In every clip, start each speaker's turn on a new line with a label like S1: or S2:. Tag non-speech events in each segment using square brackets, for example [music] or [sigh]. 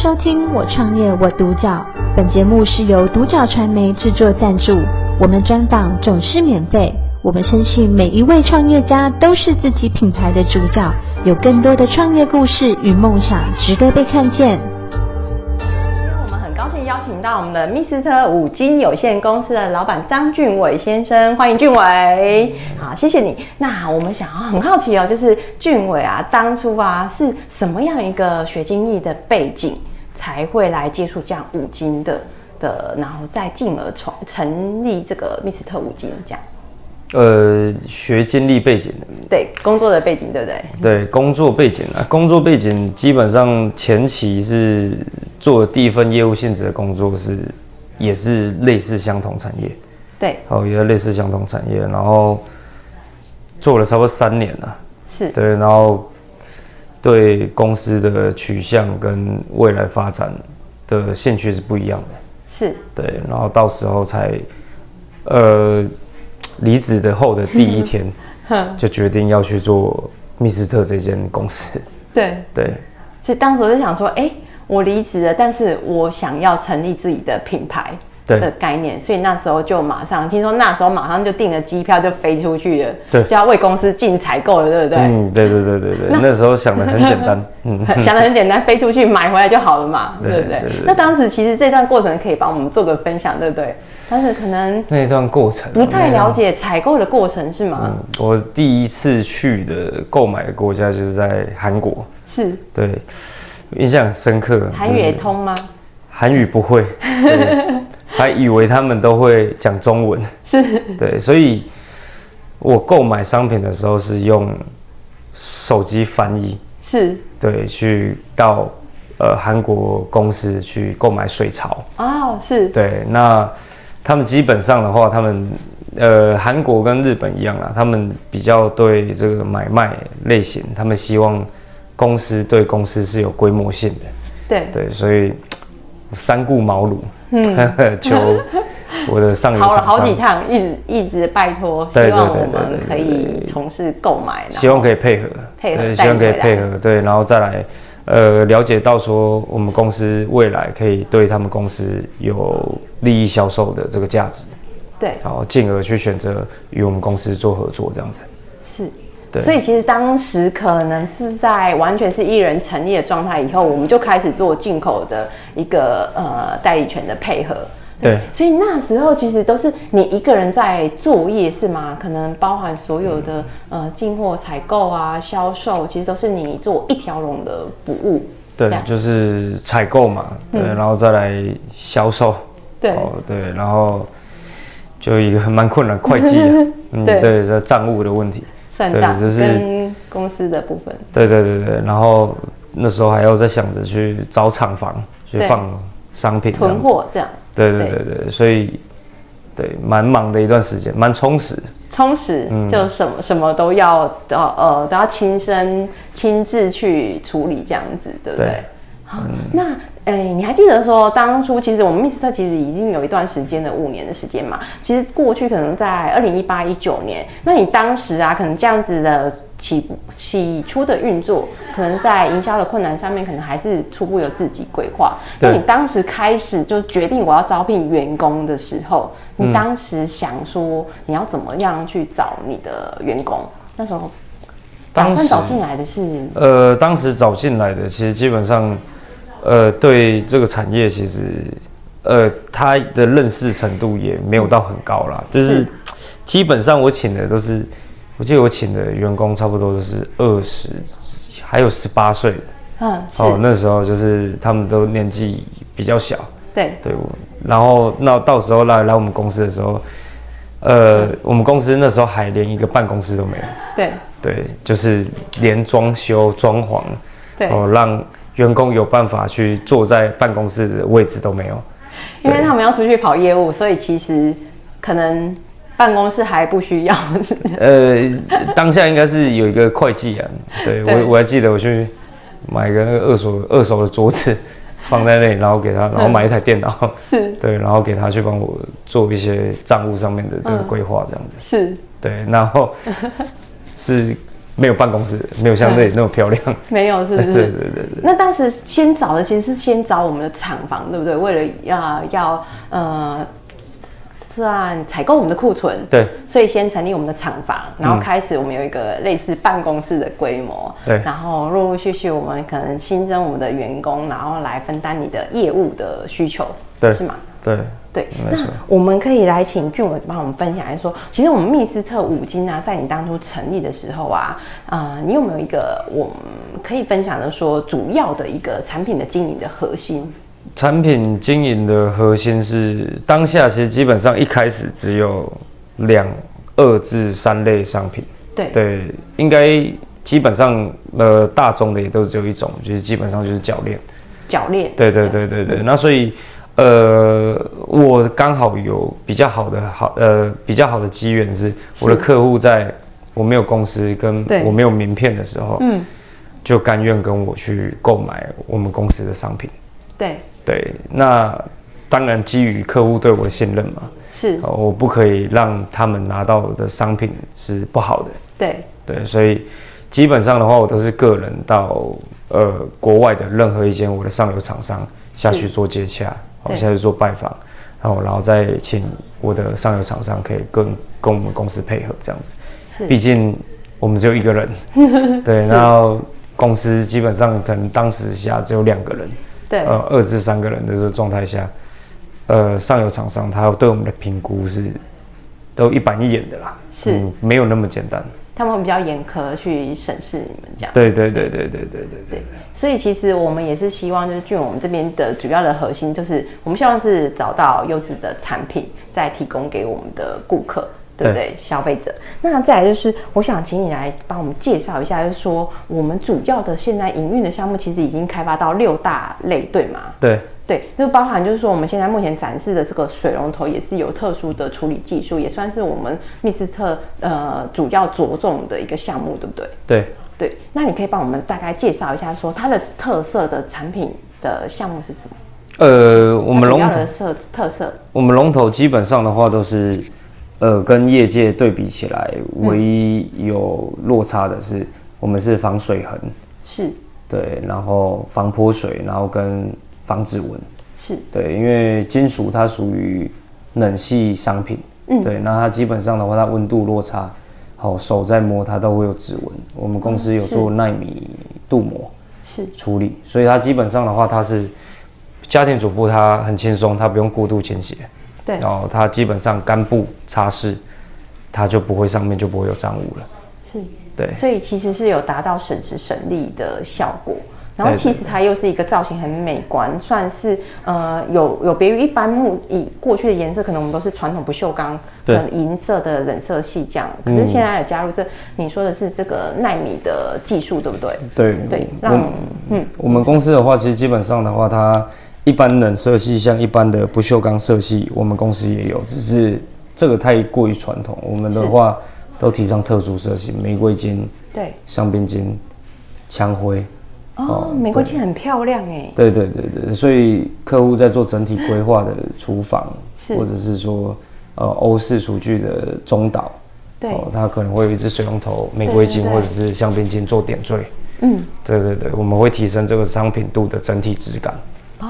S1: 收听《我创业我独角》，本节目是由独角传媒制作赞助，我们专访总是免费。我们深信每一位创业家都是自己品牌的主角，有更多的创业故事与梦想值得被看见。
S2: 我们很高兴邀请到我们的 Mr. 五金有限公司的老板张俊伟先生，欢迎俊伟。好，谢谢你。那我们想要很好奇哦，就是俊伟啊，当初啊是什么样一个学经历的背景，才会来接触这样五金的的，然后再进而从成立这个 Mr. 五金这样？
S3: 呃，学经历背景，
S2: 对，工作的背景对不对？
S3: 对工作背景啊，工作背景基本上前期是做的第一份业务性质的工作是，也是类似相同产业，
S2: 对，
S3: 好，也是类似相同产业，然后做了差不多三年了、
S2: 是，
S3: 对，然后对公司的取向跟未来发展的兴趣是不一样的，
S2: 是，
S3: 对，然后到时候才，呃，离职的后的第一天
S2: [laughs] 哼，
S3: 就决定要去做密斯特这间公司。
S2: 对，
S3: 对，
S2: 所以当时我就想说，哎，我离职了，但是我想要成立自己的品牌
S3: 对
S2: 的概念，所以那时候就马上听说，那时候马上就订了机票就飞出去了，
S3: 对
S2: 就要为公司进采购了，对不对？
S3: 嗯，对对对对对，那时候想的很简单，
S2: [laughs]
S3: 嗯，
S2: 想的很简单，飞出去买回来就好了嘛，
S3: 对
S2: 对不对
S3: 对对对
S2: 那当时其实这段过程可以帮我们做个分享，对不对？但是可能
S3: 那一段过程啊
S2: 不太
S3: 那一段
S2: 了解采购的过程是吗？
S3: 嗯，我第一次去的购买的国家就是在韩国，
S2: 是
S3: 对，印象很深刻。
S2: 韩语也
S3: 就是
S2: 通吗？
S3: 韩语不会，
S2: [laughs]
S3: 对还以为他们都会讲中文。
S2: 是
S3: 对，所以我购买商品的时候是用手机翻译，
S2: 是
S3: 对，去到呃韩国公司去购买水槽。
S2: 哦，是
S3: 对，那他们基本上的话，他们呃韩国跟日本一样啦，他们比较对这个买卖类型，他们希望公司对公司是有规模性的。
S2: 对
S3: 对，所以三顾茅庐，
S2: 嗯
S3: [laughs] 求我的上游
S2: 好
S3: 厂
S2: 了好
S3: 商
S2: 几趟，一直一直拜托，希
S3: 对对
S2: 望
S3: 对
S2: 我
S3: 对
S2: 们
S3: 对
S2: 可
S3: 对
S2: 以
S3: 对
S2: 从事购买，然后
S3: 希望可以配合，
S2: 配合
S3: 对，
S2: 带
S3: 希望可以
S2: 回来
S3: 配合，对，然后再来，呃，了解到说我们公司未来可以对他们公司有利益销售的这个价值，
S2: 对
S3: 然后进而去选择与我们公司做合作这样子。
S2: 是。
S3: 对
S2: 所以其实当时可能是在完全是一人成立的状态以后，我们就开始做进口的一个呃代理权的配合。
S3: 对
S2: 所以那时候其实都是你一个人在作业是吗？可能包含所有的、呃进货、采购啊、销售，其实都是你做一条龙的服务。
S3: 对
S2: 这样，
S3: 就是采购嘛，对，
S2: 嗯
S3: 然后再来销售，哦
S2: 对，
S3: 对，然后就一个蛮困难会计啊
S2: [laughs]
S3: 嗯，
S2: 对
S3: 对，这账务的问题，
S2: 算
S3: 对
S2: 账
S3: 就是
S2: 跟公司的部分。
S3: 对对对对，然后那时候还要在想着去找厂房去
S2: 对
S3: 放商品这样
S2: 囤
S3: 子，
S2: 货这样
S3: 对对
S2: 对
S3: 对对，所以对蛮忙的一段时间，蛮充实。
S2: 充实，
S3: 嗯
S2: 就什么什么都要都要呃都要亲身亲自去处理这样子，对不对？
S3: 对
S2: 好，
S3: 嗯
S2: 那哎、你还记得说当初其实我们 Mr 其实已经有一段时间的五年的时间嘛，其实过去可能在二零一八一九年，那你当时啊可能这样子的起起初的运作，可能在营销的困难上面，可能还是初步有自己规划。那
S3: 对
S2: 你当时开始就决定我要招聘员工的时候，
S3: 嗯
S2: 你当时想说你要怎么样去找你的员工？那时候打
S3: 当
S2: 算
S3: 时
S2: 找进来的是
S3: 呃，当时找进来的其实基本上，呃，对这个产业其实，呃，他的认识程度也没有到很高啦，就是
S2: 是
S3: 基本上我请的都是，我记得我请的员工差不多都是二十，还有十八岁的。
S2: 嗯是、
S3: 哦，那时候就是他们都年纪比较小，
S2: 对
S3: 对，我然后那到时候来来我们公司的时候，呃，我们公司那时候还连一个办公室都没有，
S2: 对
S3: 对，就是连装修、装潢，
S2: 对
S3: 哦，让员工有办法去坐在办公室的位置都没有，
S2: 因为他们要出去跑业务，所以其实可能办公室还不需要。是
S3: 呃，当下应该是有一个会计啊，对
S2: 对
S3: 我我还记得我去买个那个二手二手的桌子放在那里，然后给他，然后买一台电脑，
S2: 嗯是
S3: [laughs] 对，然后给他去帮我做一
S2: 嗯 [laughs]
S3: 些账务上面的这个规划这样子，
S2: 是
S3: 对，然后是没有办公室，没有像这里那么漂亮。
S2: [laughs] 没有，是不是？
S3: [laughs] 对对对对
S2: 那当时先找的其实是先找我们的厂房，对不对？为了要要呃算采购我们的库存，
S3: 对
S2: 所以先成立我们的厂房，然后
S3: 嗯
S2: 开始我们有一个类似办公室的规模，
S3: 对
S2: 然后陆陆续续我们可能新增我们的员工，然后来分担你的业务的需求，
S3: 对，
S2: 是吗？
S3: 对，
S2: 对，
S3: 没
S2: 那
S3: 错。
S2: 我们可以来请俊文帮我们分享一下说，其实我们密斯特五金啊，在你当初成立的时候啊，呃，你有没有一个我们可以分享的说主要的一个产品的经营的核心？
S3: 产品经营的核心是当下，其实基本上一开始只有两二至三类商品。
S2: 对
S3: 对，应该基本上呃大众的也都只有一种，就是基本上就是铰链。
S2: 铰链。
S3: 对对对对对，那所以呃，我刚好有比较好的好呃比较好的机缘是，我的客户在我没有公司跟
S2: 对
S3: 我没有名片的时候，
S2: 嗯，
S3: 就甘愿跟我去购买我们公司的商品。
S2: 对，
S3: 对，那当然基于客户对我的信任嘛，
S2: 是，
S3: 呃我不可以让他们拿到我的商品是不好的。
S2: 对，
S3: 对，所以基本上的话，我都是个人到呃国外的任何一间我的上游厂商下去做接洽，好
S2: 对
S3: 下去做拜访，然后然后再请我的上游厂商可以跟跟我们公司配合这样子。
S2: 是
S3: 毕竟我们只有一
S2: [laughs]
S3: 个人，对，然后公司基本上可能当时下只有两个人，
S2: 对
S3: 呃二至三个人的这个状态下，呃上游厂商他对我们的评估是都一板一眼的啦，嗯
S2: 是
S3: 没有那么简单。
S2: 他们会比较严苛去审视你们这样。
S3: 对对对对对对对
S2: 对，所以其实我们也是希望，就是据我们这边的主要的核心，就是我们希望是找到优质的产品，再提供给我们的顾客，对不对？
S3: 对
S2: 消费者。那再来就是，我想请你来帮我们介绍一下，就是说我们主要的现在营运的项目，其实已经开发到六大类，对吗？
S3: 对
S2: 对，就包含就是说，我们现在目前展示的这个水龙头也是有特殊的处理技术，也算是我们密斯特呃主要着重的一个项目，对不对？
S3: 对
S2: 对，那你可以帮我们大概介绍一下，说它的特色的产品的项目是什么？
S3: 对，呃，我
S2: 我
S3: 们龙
S2: 要
S3: 头
S2: 的色特色，
S3: 我们龙头基本上的话都是，呃，跟业界对比起来，
S2: 嗯
S3: 唯一有落差的是，我们是防水痕，
S2: 是
S3: 对，然后防泼水，然后跟防指纹，
S2: 是
S3: 对，因为金属它属于冷系商品，
S2: 嗯
S3: 对，那它基本上的话，它温度落差，好、手在摸它都会有指纹。我们公司有
S2: 嗯
S3: 做纳米镀膜
S2: 是
S3: 处理，所以它基本上的话，它是家庭主妇，她很轻松，她不用过度清洁，
S2: 对
S3: 然后她基本上干布擦拭，它就不会上面就不会有脏污了。
S2: 是，
S3: 对
S2: 所以其实是有达到省时省力的效果。然后
S3: 对
S2: 其
S3: 对
S2: 实它又是一个造型很美观，算是呃有有别于一般木以过去的颜色，可能我们都是传统不锈钢
S3: 对嗯
S2: 跟银色的冷色系这样。可是现在有加入这、你说的是这个纳米的技术，对不对？
S3: 对
S2: 对，
S3: 我
S2: 让嗯
S3: 嗯，我们公司的话，其实基本上的话，它一般冷色系像一般的不锈钢色系，我们公司也有，只是这个太过于传统。我们的话都提倡特殊色系，玫瑰金、
S2: 对
S3: 香槟金、枪灰。
S2: 哦，玫瑰金很漂亮哎。
S3: 对对对对，所以客户在做整体规划的厨房，
S2: 是
S3: 或者是说呃欧式厨具的中岛，哦
S2: 对
S3: 它可能会有一只水龙头、玫瑰金
S2: 对对
S3: 或者是香槟金做点缀。
S2: 嗯，
S3: 对对对，我们会提升这个商品度的整体质感。
S2: 哦，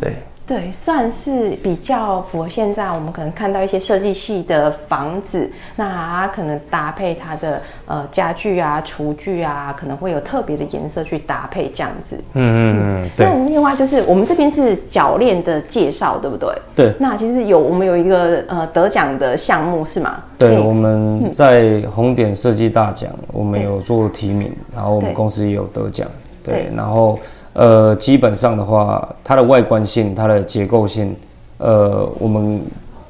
S3: 对
S2: 对，算是比较符合现在我们可能看到一些设计系的房子，那它可能搭配它的呃家具啊、厨具啊，可能会有特别的颜色去搭配这样子。
S3: 嗯嗯嗯，对
S2: 那另外就是我们这边是铰链的介绍，对不对？
S3: 对
S2: 那其实有我们有一个呃得奖的项目是吗？可
S3: 对，
S2: 以
S3: 我
S2: 嗯
S3: 们在红点设计大奖，我们有做提名，然后我们
S2: 对
S3: 公司也有得奖。对
S2: 对，
S3: 然后呃，基本上的话，它的外观性、它的结构性，呃，我们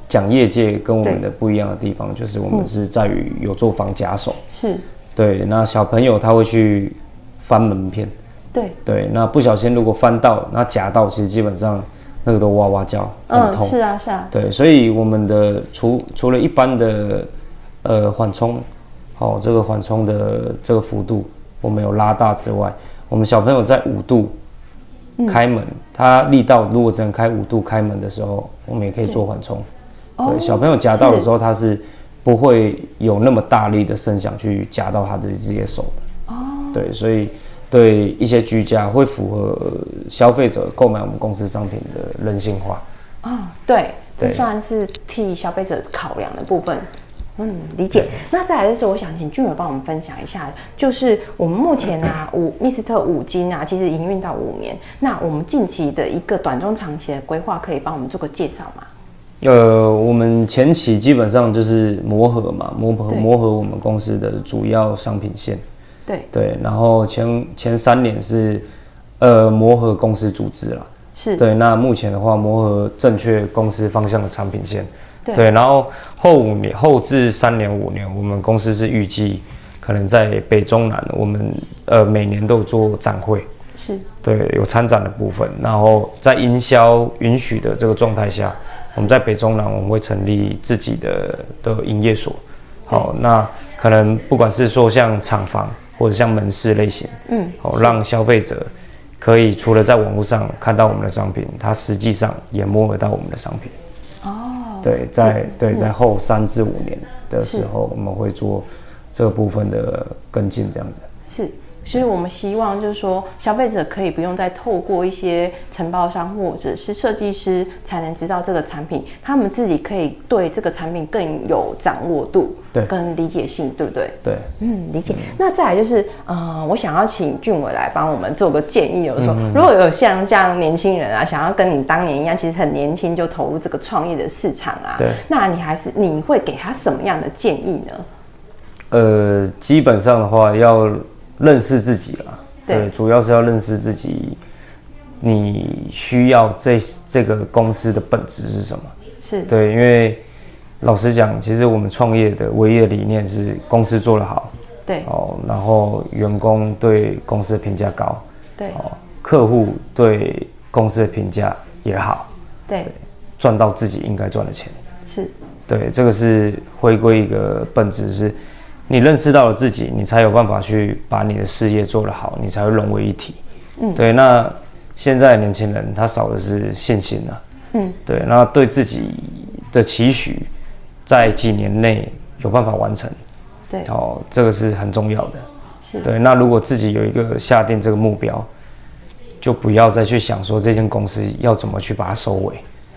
S3: 讲业界跟我们
S2: 对嗯
S3: 的不一样的地方，就是我们是在于有做防夹手。
S2: 是，
S3: 对，那小朋友他会去翻门片。
S2: 对，
S3: 对，那不小心如果翻到，那夹到，其实基本上那个都哇哇叫，很
S2: 嗯，
S3: 痛。
S2: 是啊，是啊，
S3: 对，所以我们的除除了一般的呃缓冲，好、这个缓冲的这个幅度我们有拉大之外，我们小朋友在五度
S2: 嗯
S3: 开门，他力道如果只能开五度开门的时候，我们也可以做缓冲。
S2: 哦
S3: 对，小朋友夹到的时候，他是不会有那么大力的声响去夹到他的这些手的。
S2: 哦，
S3: 对，所以对一些居家会符合消费者购买我们公司商品的人性化。
S2: 哦，对，这
S3: 对
S2: 算是替消费者考量的部分。嗯，理解。那再来就是，我想请俊伟帮我们分享一下，就是我们目前啊，五 Miss 特五金啊，其实营运到五年，那我们近期的一个短中长期的规划，可以帮我们做个介绍吗？
S3: 呃，我们前期基本上就是磨合嘛，磨合
S2: 对
S3: 磨合我们公司的主要商品线。
S2: 对，
S3: 对，然后前前三年是呃磨合公司组织啦，
S2: 是
S3: 对。那目前的话，磨合正确公司方向的产品线，
S2: 对
S3: 然后后五年后至三年五年，我们公司是预计可能在北中南，我们呃每年都有做展会，
S2: 是，
S3: 对，有参展的部分。然后在营销允许的这个状态下，我们在北中南我们会成立自己的的营业所。好，那可能不管是说像厂房或者像门市类型，
S2: 嗯
S3: 好，让消费者可以除了在网络上看到我们的商品，他实际上也摸得到我们的商品。
S2: 哦，嗯
S3: 对，在对在后三至五年的时
S2: 是
S3: 候，我们会做这部分的跟进，这样子。
S2: 是，所以我们希望就是说，消费者可以不用再透过一些承包商或者是设计师才能知道这个产品，他们自己可以对这个产品更有掌握度，
S3: 对
S2: 跟理解性，对不对？
S3: 对。
S2: 嗯，理解。那再来就是，呃，我想要请俊伟来帮我们做个建议，就是说，
S3: 嗯
S2: 如果有像这样年轻人啊，想要跟你当年一样，其实很年轻就投入这个创业的市场啊，
S3: 对
S2: 那你还是你会给他什么样的建议呢？
S3: 呃，基本上的话要认识自己啦。
S2: 对
S3: 主要是要认识自己，你需要这这个公司的本质是什么？
S2: 是，
S3: 对，因为老实讲，其实我们创业的唯一的理念是公司做得好，
S2: 对，
S3: 哦，然后员工对公司的评价高，
S2: 对
S3: 哦，客户对公司的评价也好，
S2: 对，
S3: 赚到自己应该赚的钱。
S2: 是，
S3: 对，这个是回归一个本质，是你认识到了自己，你才有办法去把你的事业做得好，你才会融为一体。
S2: 嗯
S3: 对。那现在的年轻人他少的是信心啊，
S2: 嗯，
S3: 对，那对自己的期许，在几年内有办法完成，
S2: 对，
S3: 哦，这个是很重要的。
S2: 是，
S3: 对，那如果自己有一个下定这个目标，就不要再去想说这间公司要怎么去把它收尾，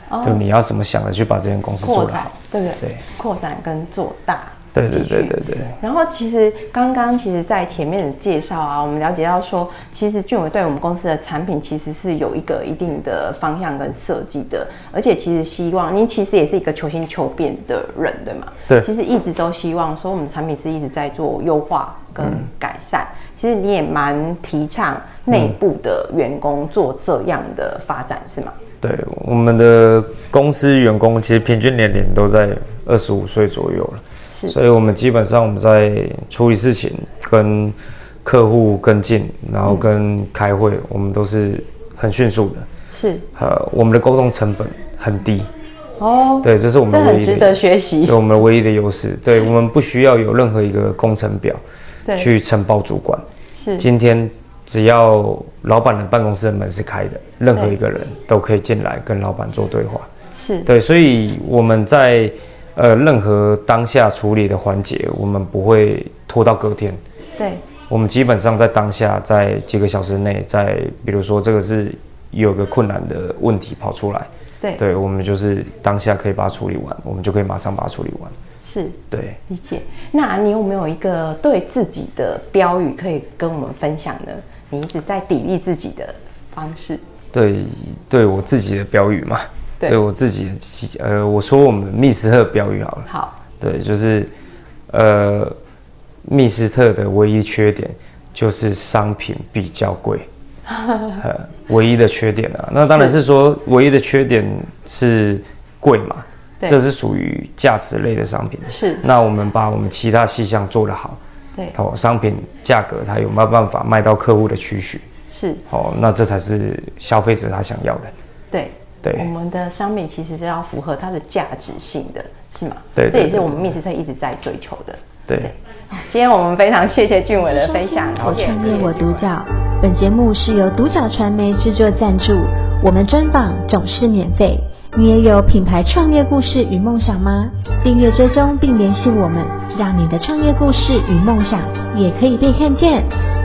S2: 哦
S3: 对，你要怎么想着去把这间公司做
S2: 扩
S3: 得
S2: 展
S3: 好，，
S2: 对不对？
S3: 对
S2: 扩展跟做大。
S3: 对对
S2: 继续
S3: 对对对
S2: 然后其实刚刚其实，在前面的介绍啊，我们了解到说，其实俊伟对我们公司的产品其实是有一个一定的方向跟设计的，而且其实希望您其实也是一个求新求变的人，对吗？
S3: 对
S2: 其实一直都希望说，我们产品是一直在做优化跟
S3: 嗯
S2: 改善。其实你也蛮提倡内部的员工做这样的发展，是吗？
S3: 对，我们的公司员工其实平均年龄都在二十五岁左右了，
S2: 是
S3: 所以我们基本上我们在处理事情、跟客户跟进，
S2: 嗯
S3: 然后跟开会，我们都是很迅速的。
S2: 是
S3: 呃，我们的沟通成本很低，
S2: 哦，
S3: 对，这是我们
S2: 这
S3: 唯一
S2: 很
S3: 的
S2: 值得学习
S3: 对。我们唯一的优势。对我们不需要有任何一个工程表
S2: 对
S3: 去呈报主管，
S2: 是
S3: 今天只要老板的办公室的门是开的，任何
S2: 对
S3: 一个人都可以进来跟老板做对话。
S2: 是，
S3: 对，所以我们在呃任何当下处理的环节，我们不会拖到隔天。
S2: 对
S3: 我们基本上在当下，在几个小时内，在比如说这个是有个困难的问题跑出来，
S2: 对
S3: 对我们就是当下可以把它处理完，我们就可以马上把它处理完。
S2: 是
S3: 对，
S2: 理解。那你有没有一个对自己的标语可以跟我们分享呢？你一直在砥砺自己的方式，
S3: 对，对我自己的标语嘛，
S2: 对
S3: 我自己的呃，我说我们密斯特标语好了。
S2: 好，
S3: 对，就是呃，密斯特的唯一缺点就是商品比较
S2: [laughs]
S3: 贵，呃，唯一的缺点啊。那当然是说唯一的缺点是贵嘛，
S2: 对
S3: 这是属于价值类的商品。
S2: 是
S3: 那我们把我们其他细项做得好，
S2: 对，
S3: 哦，商品价格它有没有办法卖到客户的区许？
S2: 是，
S3: 哦，那这才是消费者他想要的。
S2: 对，
S3: 对
S2: 我们的商品其实是要符合它的价值性的，是吗？
S3: 对
S2: 这也
S3: 对
S2: 是
S3: 对
S2: 我们密斯特一直在追求的。
S3: 对
S2: 好今天我们非常谢谢俊伟的分享，
S1: 我
S2: 谢谢
S1: 创业我
S2: 俊
S1: 独
S2: 伟
S1: 角。本节目是由独角传媒制作赞助，我们专访总是免费。你也有品牌创业故事与梦想吗？订阅追踪并联系我们，让你的创业故事与梦想也可以被看见。